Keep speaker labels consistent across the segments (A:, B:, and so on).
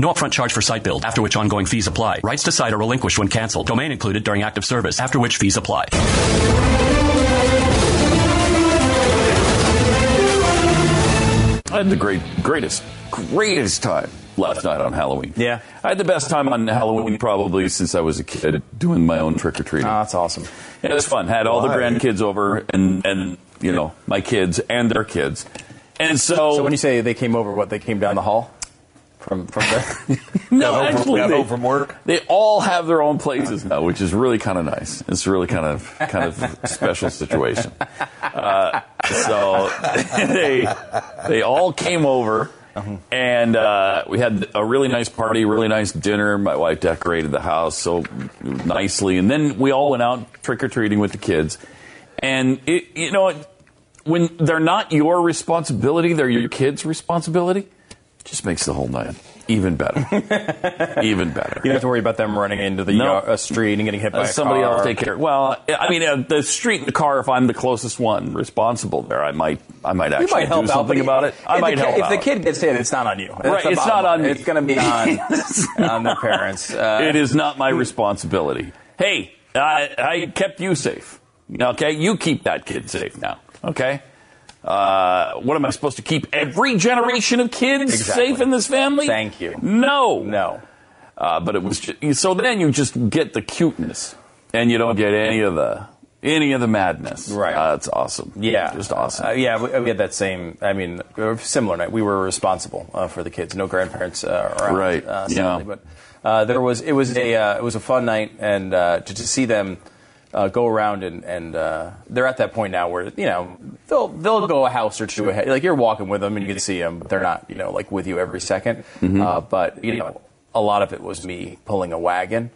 A: No upfront charge for site build, after which ongoing fees apply. Rights to site are relinquished when canceled. Domain included during active service, after which fees apply.
B: I had the great, greatest, greatest time last night on Halloween.
C: Yeah.
B: I had the best time on Halloween probably since I was a kid doing my own trick or treating.
C: Oh, that's awesome.
B: Yeah, it was fun. Had all the grandkids over and, and, you know, my kids and their kids. And so.
C: So when you say they came over, what, they came down the hall? from from there.
B: no, got actually,
C: home,
B: they,
C: from work.
B: They all have their own places now, which is really kind of nice. It's really kind of kind of special situation. Uh, so they they all came over. And uh, we had a really nice party, really nice dinner. My wife decorated the house so nicely, and then we all went out trick or treating with the kids. And it, you know, when they're not your responsibility, they're your kids' responsibility just makes the whole night even better. even better.
C: You don't have to worry about them running into the no. uh, street and getting hit by uh,
B: somebody
C: car.
B: else. Take care. Well, I mean, uh, the street, the car. If I'm the closest one responsible there, I might, I might actually
C: might help
B: do something
C: out,
B: about it. I might
C: the,
B: help.
C: If
B: out.
C: the kid gets hit, it's not on you. That's
B: right, it's not on me.
C: It's going to be on on the parents.
B: Uh,
C: Uh,
B: it is not my responsibility. Hey, I, I kept you safe. Okay, you keep that kid safe now. Okay. Uh, what am I supposed to keep every generation of kids
C: exactly.
B: safe in this family?
C: Thank you.
B: No,
C: no.
B: Uh, but it was just, so then you just get the cuteness, and you don't get any of the any of the madness.
C: Right.
B: Uh, it's awesome.
C: Yeah,
B: just awesome.
C: Uh, yeah, we, we, had that same. I mean, similar night. We were responsible uh, for the kids. No grandparents uh, around.
B: Right.
C: Uh,
B: yeah.
C: But uh, there was. It was a. Uh, it was a fun night, and uh, to, to see them. Uh, go around and and uh, they're at that point now where you know they'll they'll go a house or two ahead. Like you're walking with them and you can see them, but they're not you know like with you every 2nd
B: Mhm.
C: Uh, but you know, a lot of it was me pulling a wagon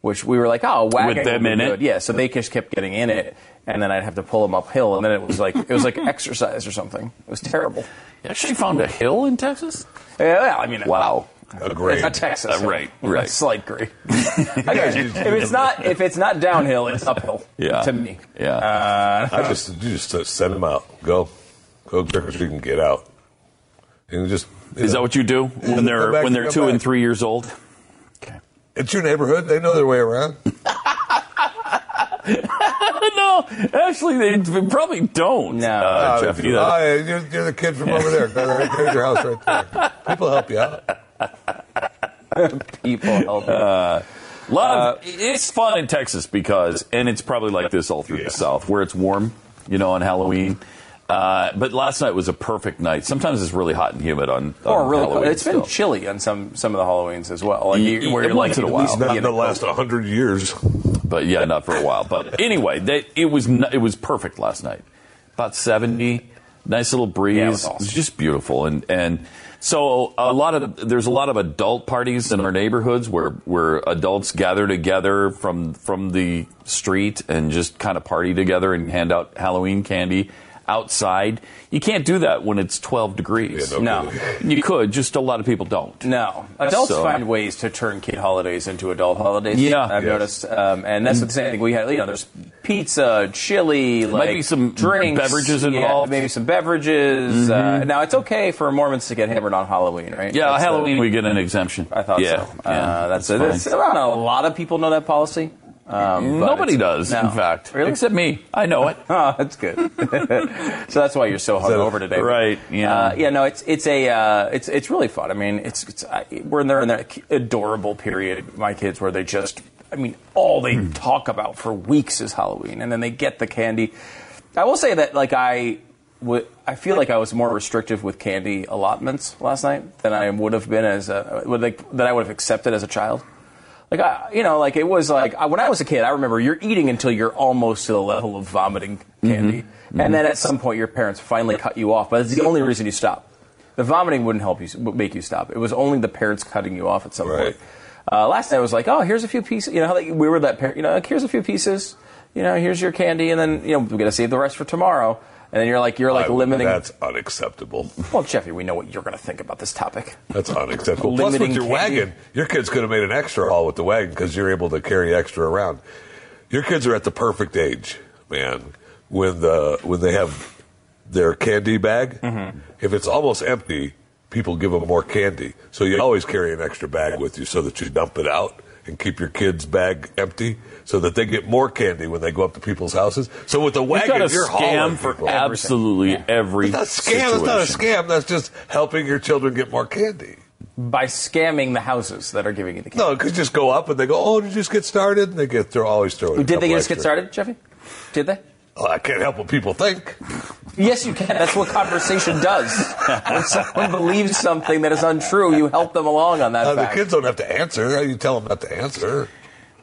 C: which we were like, oh, wagon
B: With them
C: would be
B: in it?
C: good. Yeah, so they just kept getting in it, and then I'd have to pull them uphill, and then it was like it was like exercise or something. It was terrible.
B: You actually found a hill in Texas.
C: Yeah, well, I mean,
B: Wow.
D: A grade.
C: It's not Texas,
B: Uh, right, right.
C: A slight grade. if it's not if it's not downhill, it's uphill.
B: Yeah.
C: to me.
B: Yeah. Uh,
D: I just you just set them out. Go, go trick or treat and get out. And just
B: Is that what you do when they're
D: back,
B: when they're
D: go
B: two and
D: back.
B: three years old?
D: It's your neighborhood. They know their way around.
B: no, actually, they probably don't.
C: No.
B: uh,
D: Uh,
B: Jeff,
D: if
B: you
D: you-
B: know.
D: oh, yeah, you're, you're the kid from over there. There's there's your house right there. People help you out.
C: People
B: Uh,
C: help.
B: Love. it's fun in Texas because, and it's probably like this all through the
D: Yes.
B: South, where it's warm, you know, on Halloween. Uh, but last night was a perfect night. Sometimes it's really hot and humid on, on
C: or really,
B: Halloween.
C: cold. it's been
B: still.
C: chilly on some some of the Halloweens as well. Like,
B: Yeah,
C: you- where you're
B: once in
C: like
B: a
D: At least
B: while.
D: not in the last hundred years.
B: but yeah, not for a while. But anyway, they, it was n- it was perfect last night. About seventy, nice little breeze.
C: Yeah, it was awesome.
B: just beautiful, and and so a lot of there's a lot of adult parties in our neighborhoods where where adults gather together from from the street and just kind of party together and hand out Halloween candy outside. You can't do that when it's 12 degrees.
D: Yeah,
C: No.
D: kidding.
B: You could, just a lot of people don't.
C: No, adults
B: So-
C: find ways to turn kid holidays into adult holidays.
B: Yeah.
C: I've
D: Yes.
C: noticed, um, and that's the same thing we had. You know, there's pizza, chili, like
B: be some
C: drinks,
B: beverages
C: yeah,
B: involved. Mm-hmm.
C: maybe some beverages. Uh, now it's okay for Mormons to get hammered on Halloween, right?
B: Yeah,
C: That's the-
B: Halloween we get an exemption.
C: I thought
B: yeah,
C: so.
B: Yeah,
C: uh, that's, it.
B: fine.
C: That's- I don't know. A lot of people know that policy. Um, but
B: Nobody
C: it's-
B: does, in
C: no.
B: fact,
C: Really?
B: except me. I know it.
C: Oh, that's good. so that's why you're so hungover today,
B: Right, yeah.
C: Uh, yeah. No, it's it's a uh, it's it's really fun. I mean, it's, it's I, we're in there in that adorable period. My kids, where they just, I mean, all they
B: Hmm.
C: talk about for weeks is Halloween, and then they get the candy. I will say that, like, I would, I feel like I was more restrictive with candy allotments last night than I would have been as a would like that I would have accepted as a child. Like I, you know, like it was like I, when I was a kid. I remember you're eating until you're almost to the level of vomiting candy,
D: Mm-hmm.
C: and then at some point your parents finally cut you off. But it's the only reason you stop. The vomiting wouldn't help you would make you stop. It was only the parents cutting you off at some
D: Right.
C: point. Uh, last night I was like, oh, here's a few pieces. You know, how like, we were that parent. You know, like, here's a few pieces. You know, here's your candy, and then you know we're gonna save the rest for tomorrow. And then you're like, you're like
D: I-
C: limiting.
D: That's unacceptable.
C: well, Jeffy, we know what you're gonna think about this topic.
D: That's unacceptable. Plus, with
C: Limiting
D: your
C: candy.
D: wagon, your kids could have made an extra haul with the wagon because you're able to carry extra around. Your kids are at the perfect age, man. When the when they have their candy bag,
B: Mm-hmm.
D: if it's almost empty, people give them more candy. So you always carry an extra bag with you so that you dump it out and keep your kids' bag empty so that they get more candy when they go up to people's houses. So with the
B: We've got
D: wagon,
B: a
D: you're hauling
B: scam for
D: people.
B: absolutely every
D: That's scam. That's not a
B: situation.
D: scam. That's just helping your children get more candy.
C: by scamming the houses that are giving you the candy.
D: No, it could just go up and they go, oh, did you just get started? And they get, they're always throwing. a
C: Did they
D: couple
C: just get
D: extra.
C: started, Jeffy? Did they?
D: Oh, I can't help what people think.
C: Yes, you can. That's what conversation does. when someone believes something that is untrue, you help them along on
B: Oh,
C: that
D: Uh, the
C: fact.
D: kids don't have to answer. You tell them not to answer.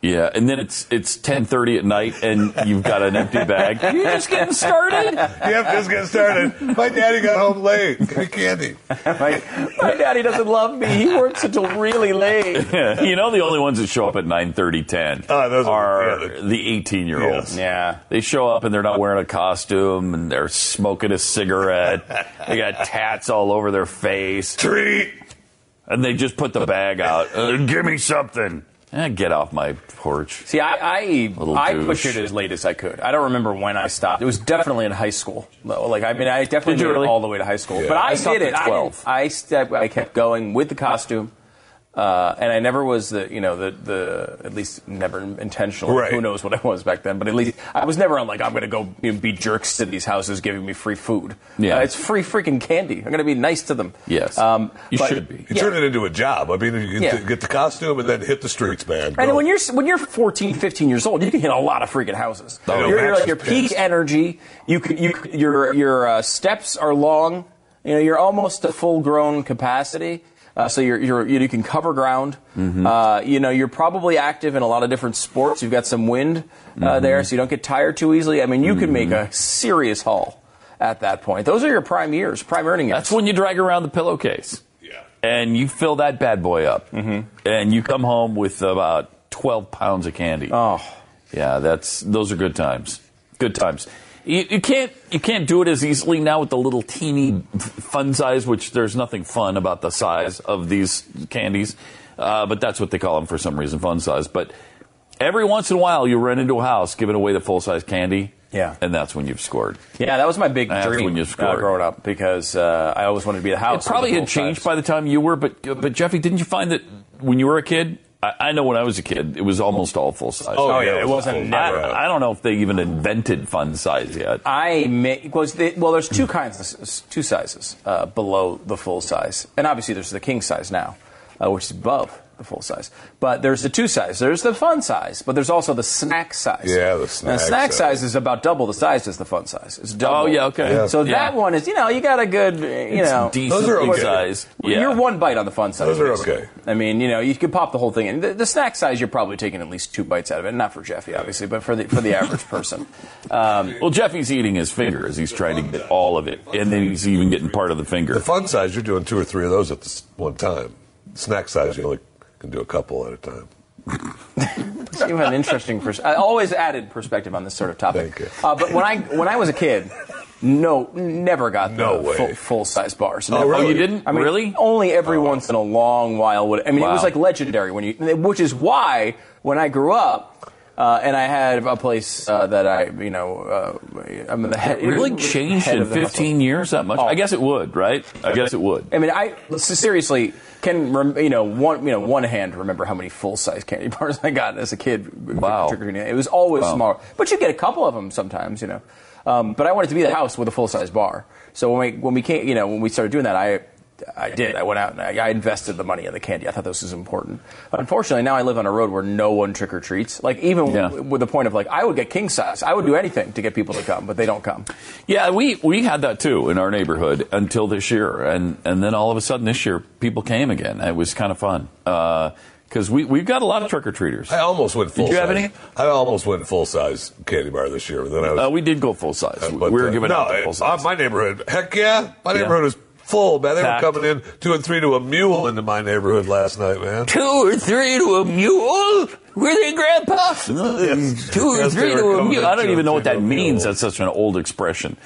B: Yeah, and then it's it's ten thirty at night, and you've got an empty bag. You're just getting started.
D: Yep, just get started. My daddy got home late. Give me candy.
C: Like, my daddy doesn't love me. He works until really late.
B: you know, the only ones that show up at 9:30, 10
D: Oh, those are-
B: are
D: yeah.
B: the eighteen year olds.
D: Yes.
C: Yeah.
B: They show up and they're not wearing a costume and they're smoking a cigarette. they got tats all over their face
D: Treat.
B: and they just put the bag out. Uh, give me something. Eh, get off my porch.
C: See, I I,
B: Little
C: I
B: douche.
C: pushed it as late as I could. I don't remember when I stopped. It was definitely in high school. though. Like I mean, I definitely
B: Did you
C: did it
B: really?
C: all the way to high school.
D: Yeah.
C: But I,
B: I stopped
C: did it.
B: at
C: I
B: 12.
C: didn't- I stepped, I kept going with the costume. Uh, and I never was the, you know, the, the at least never intentional.
D: Right.
C: Who knows what I was back then? But at least I was never on like I'm going to go you know, be jerks to these houses giving me free food.
B: Yeah.
C: Uh, it's free freaking candy. I'm going to be nice to them.
B: Yes.
C: um,
B: You
C: but-
B: should be.
D: You turn it into a job. I mean, you can
C: Yeah.
D: t- get the costume and then hit the streets, man.
C: And
D: Go.
C: when you're when you're 14, 15 years old, you can hit a lot of freaking houses.
B: Oh,
D: I know,
C: you're, you're
D: Max
C: like your
D: is
C: peak
D: pissed.
C: energy. You could you could- your your uh, steps are long. You know you're almost to full grown capacity. Uh, so you're, you're, you can cover ground.
B: Mm-hmm.
C: Uh, you know you're probably active in a lot of different sports. You've got some wind uh,
B: Mm-hmm.
C: there, so you don't get tired too easily. I mean, you could make a serious haul at that point. Those are your prime years, prime earning years.
B: That's when you drag around the pillowcase.
D: Yeah.
B: And you fill that bad boy up.
C: Mm-hmm.
B: And you come home with about 12 pounds of candy.
C: Oh.
B: Yeah, that's those are good times. Good times. You, you can't you can't do it as easily now with the little teeny f- fun size, which there's nothing fun about the size of these candies, uh, but that's what they call them for some reason, fun size. But every once in a while, you run into a house giving away the full size candy,
C: Yeah.
B: and that's when you've scored.
C: yeah, that was my big
B: That's
C: dream
B: when you
C: uh,
B: scored.
C: growing up because uh, I always wanted to be at the house.
B: It probably had changed by the time you were, but but Jeffy, didn't you find that when you were a kid? I, I know when I was a kid, it was almost all full size.
C: Oh, yeah, it
D: was
C: wasn't
D: cool.
C: never-
D: Yeah.
B: I, I don't know if they even invented fun size yet.
C: I make well. They, well, there's two kinds, of, two sizes uh, below the full size, and obviously there's the king size now, uh, which is above the full size. But there's the two size. There's the fun size, but there's also the snack size.
D: Yeah, the
C: And
D: snack
C: snack
D: size.
C: size is about double the size as the fun size. It's double.
B: Oh, yeah, okay.
D: Yeah.
C: So
B: Yeah.
C: that one is, you know, you got a good, uh, you know,
B: decent
D: Those are okay.
B: size. Yeah.
C: You're one bite on the fun size.
D: Those are
C: basically.
D: okay.
C: I mean, you know, you could pop the whole thing in. The, the snack size, you're probably taking at least two bites out of it. Not for Jeffy, obviously, but for the for the average person. Um,
B: Well, Jeffy's eating his finger as he's trying to get all of it, and then he's even getting part of the
D: The
B: finger.
D: fun size, you're doing two or three of those at this one time. Snack size, you only can do a couple at a time.
C: You have an interesting pers- I always added perspective on this sort of topic.
D: Thank you.
C: Uh, but when I when I was a kid, no, never got
D: No
C: the
D: way.
C: full, full size bars.
D: Oh,
C: Never.
D: really?
B: Oh, you didn't?
C: I mean,
B: really?
C: Only every once in a long while would. I mean, it
B: Wow.
C: was like legendary when you, which is why when I grew up. Uh, and I had a place uh, that I, you know, uh, I'm the head.
B: really changed
C: head
B: in
C: of the hustle.
B: 15 years that much? I guess it would, right? I guess it would.
C: I mean, I so seriously can rem- you know one you know one hand remember how many full size candy bars I got as a kid.
B: Wow.
C: Trick or treating. it was always
B: Wow.
C: small, but you get a couple of them sometimes, you know. Um, but I wanted to be the house with a full size bar. So when we when we came, you know, when we started doing that, I. I did. I went out and I, I invested the money in the candy. I thought this was important. Unfortunately, now I live on a road where no one trick or treats. Like even
B: Yeah.
C: w- with the point of like, I would get king size. I would do anything to get people to come, but they don't come.
B: Yeah, we, we had that too in our neighborhood until this year, and and then all of a sudden this year people came again. It was kind of fun because we we've got a lot of trick or treaters.
D: I almost went full.
B: you have
D: size.
B: any?
D: I almost went full size candy bar this year, but then I was.
B: Uh, we did go full size.
D: uh,
B: we
D: but,
B: were
D: uh,
B: giving
D: no,
B: out the
D: it-
B: full size.
D: uh, my neighborhood, heck yeah, my
B: Yeah.
D: neighborhood is full, man. They
B: Packed.
D: were coming in two and three to a mule into my neighborhood last night, man.
B: two or three to a mule? Were they grandpa? Two or
D: Yes, they
B: three
D: were
B: to a
D: coming
B: mule.
D: in
B: I don't
D: two
B: even
D: or
B: know what
D: three
B: that
D: to a
B: means.
D: mule.
B: That's such an old expression.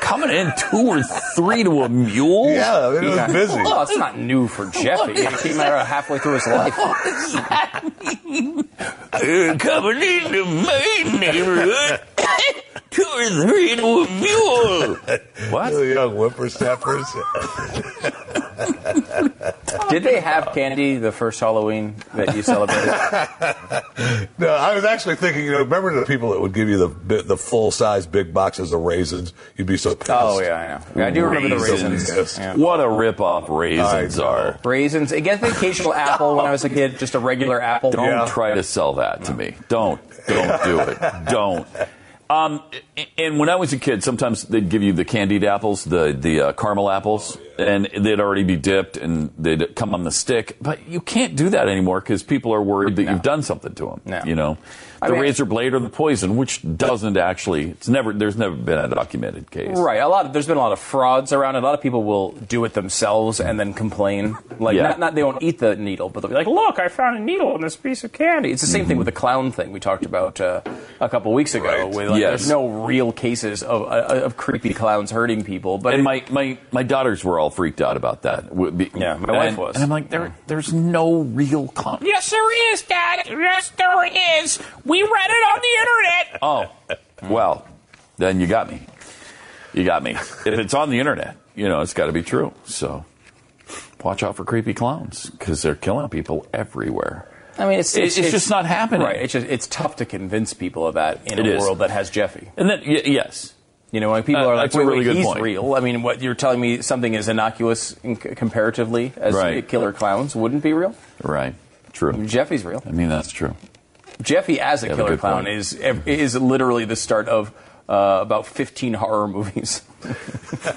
B: Coming in two or three to a mule?
D: Yeah, it was busy.
C: Well, it's not new for Jeffy. It came out halfway through his life.
B: What does that mean? Uh, coming into my neighborhood, two or three to a mule. What?
D: Really young whippersnappers.
C: Did they have candy the first Halloween that you celebrated?
D: no, I was actually thinking. You know, remember the people that would give you the bi- the full size big boxes of raisins? You'd be so pissed.
C: oh yeah, I know. I do remember the
D: Raisins.
C: raisins. Yeah.
B: What a rip-off raisins
D: I know.
B: are.
C: Raisins. Again, the occasional apple when I was a kid, just a regular apple.
B: Don't
D: Yeah.
B: try to sell that to me. Don't. Don't do it. Don't. Um, a- and when I was a kid, sometimes they'd give you the candied apples, the the uh, caramel apples, and they'd already be dipped and they'd come on the stick. But you can't do that anymore because people are worried that you've done something to them.
C: No.
B: You know, the
C: I mean-
B: razor blade or the poison, which doesn't actually. It's never. There's never been a documented case.
C: Right, a lot. Of, there's been a lot of frauds around. it. A lot of people will do it themselves and then complain. Like,
B: Yeah.
C: not, not they won't eat the needle, but they'll be like, "Look, I found a needle in this piece of candy." It's the
B: Mm-hmm.
C: same thing with the clown thing we talked about uh, a couple weeks ago.
D: Right.
C: With like,
B: Yes.
C: there's no real cases of, uh, of creepy clowns hurting people, but
B: And
C: it-
B: my, my, my daughters were all freaked out about that. Would be-
C: Yeah, my
B: and-
C: wife was. Mm.
B: And I'm like, there, there's no real con-
E: Yes, there is, Dad. Yes, there is. We read it on the internet.
B: Oh, well, then you got me. You got me. If it's on the internet, you know, it's got to be true. So watch out for creepy clowns because they're killing people everywhere.
C: I mean, it's
B: It- it's just not happening.
C: Right. It's just it's tough to convince people of that in
B: It
C: a
B: is.
C: world that has Jeffy.
B: And then, y- yes.
C: You know, when people
B: Uh,
C: are like,
B: that's a
C: wait,
B: really
C: wait,
B: good
C: he's
B: point.
C: real. I mean, what you're telling me something is innocuous in- comparatively as
B: Right.
C: killer clowns wouldn't be real.
B: Right. True.
D: Mm-hmm.
C: Jeffy's real.
B: I mean, that's true.
C: Jeffy as a
B: have a
C: killer
B: good
C: clown
B: point.
C: is is literally the start of uh, about 15 horror movies. it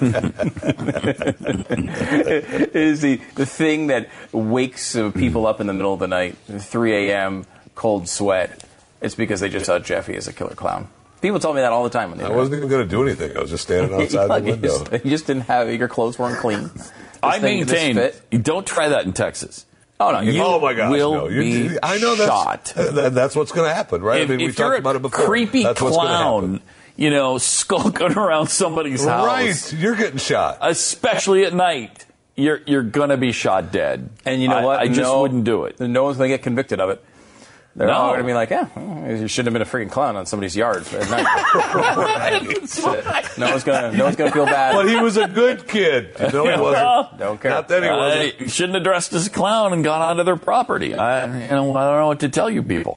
C: is the, the thing that wakes uh, people up in the middle of the night, 3 a.m., cold sweat. It's because they just saw Jeffy as a killer clown. People tell me that all the time when they
D: I wasn't even going to do anything. I was just standing outside the
C: you,
D: window.
C: just, you just didn't have your clothes weren't clean. This
B: I
C: thing- this
B: maintain,
C: fit.
B: don't try that in Texas.
C: Oh no, you,
D: oh my gosh!
B: will
D: no, you,
B: be
D: I know that's uh,
B: shot.
D: that- that's what's going to happen, right?
B: if
D: I mean, we
B: if you're
D: talked
B: a
D: about it before.
B: creepy
D: that's what's gonna
B: clown, you know, skulking around somebody's
D: happen.
B: house,
D: right? You're getting shot.
B: especially at night, you're, you're going to be shot dead.
C: and you know
B: I-
C: what?
B: I just
C: No-
B: wouldn't do it.
C: No one's gonna get convicted of it. They're
B: No.
C: all gonna be like, yeah, well, you shouldn't have been a freaking clown on somebody's yard at night. no one's gonna, no one's gonna feel bad.
D: but he was a good kid. No, he wasn't.
C: Don't care.
D: Not that he wasn't.
B: I shouldn't have dressed as a clown and gone onto their property. I, you know, I don't know what to tell you people.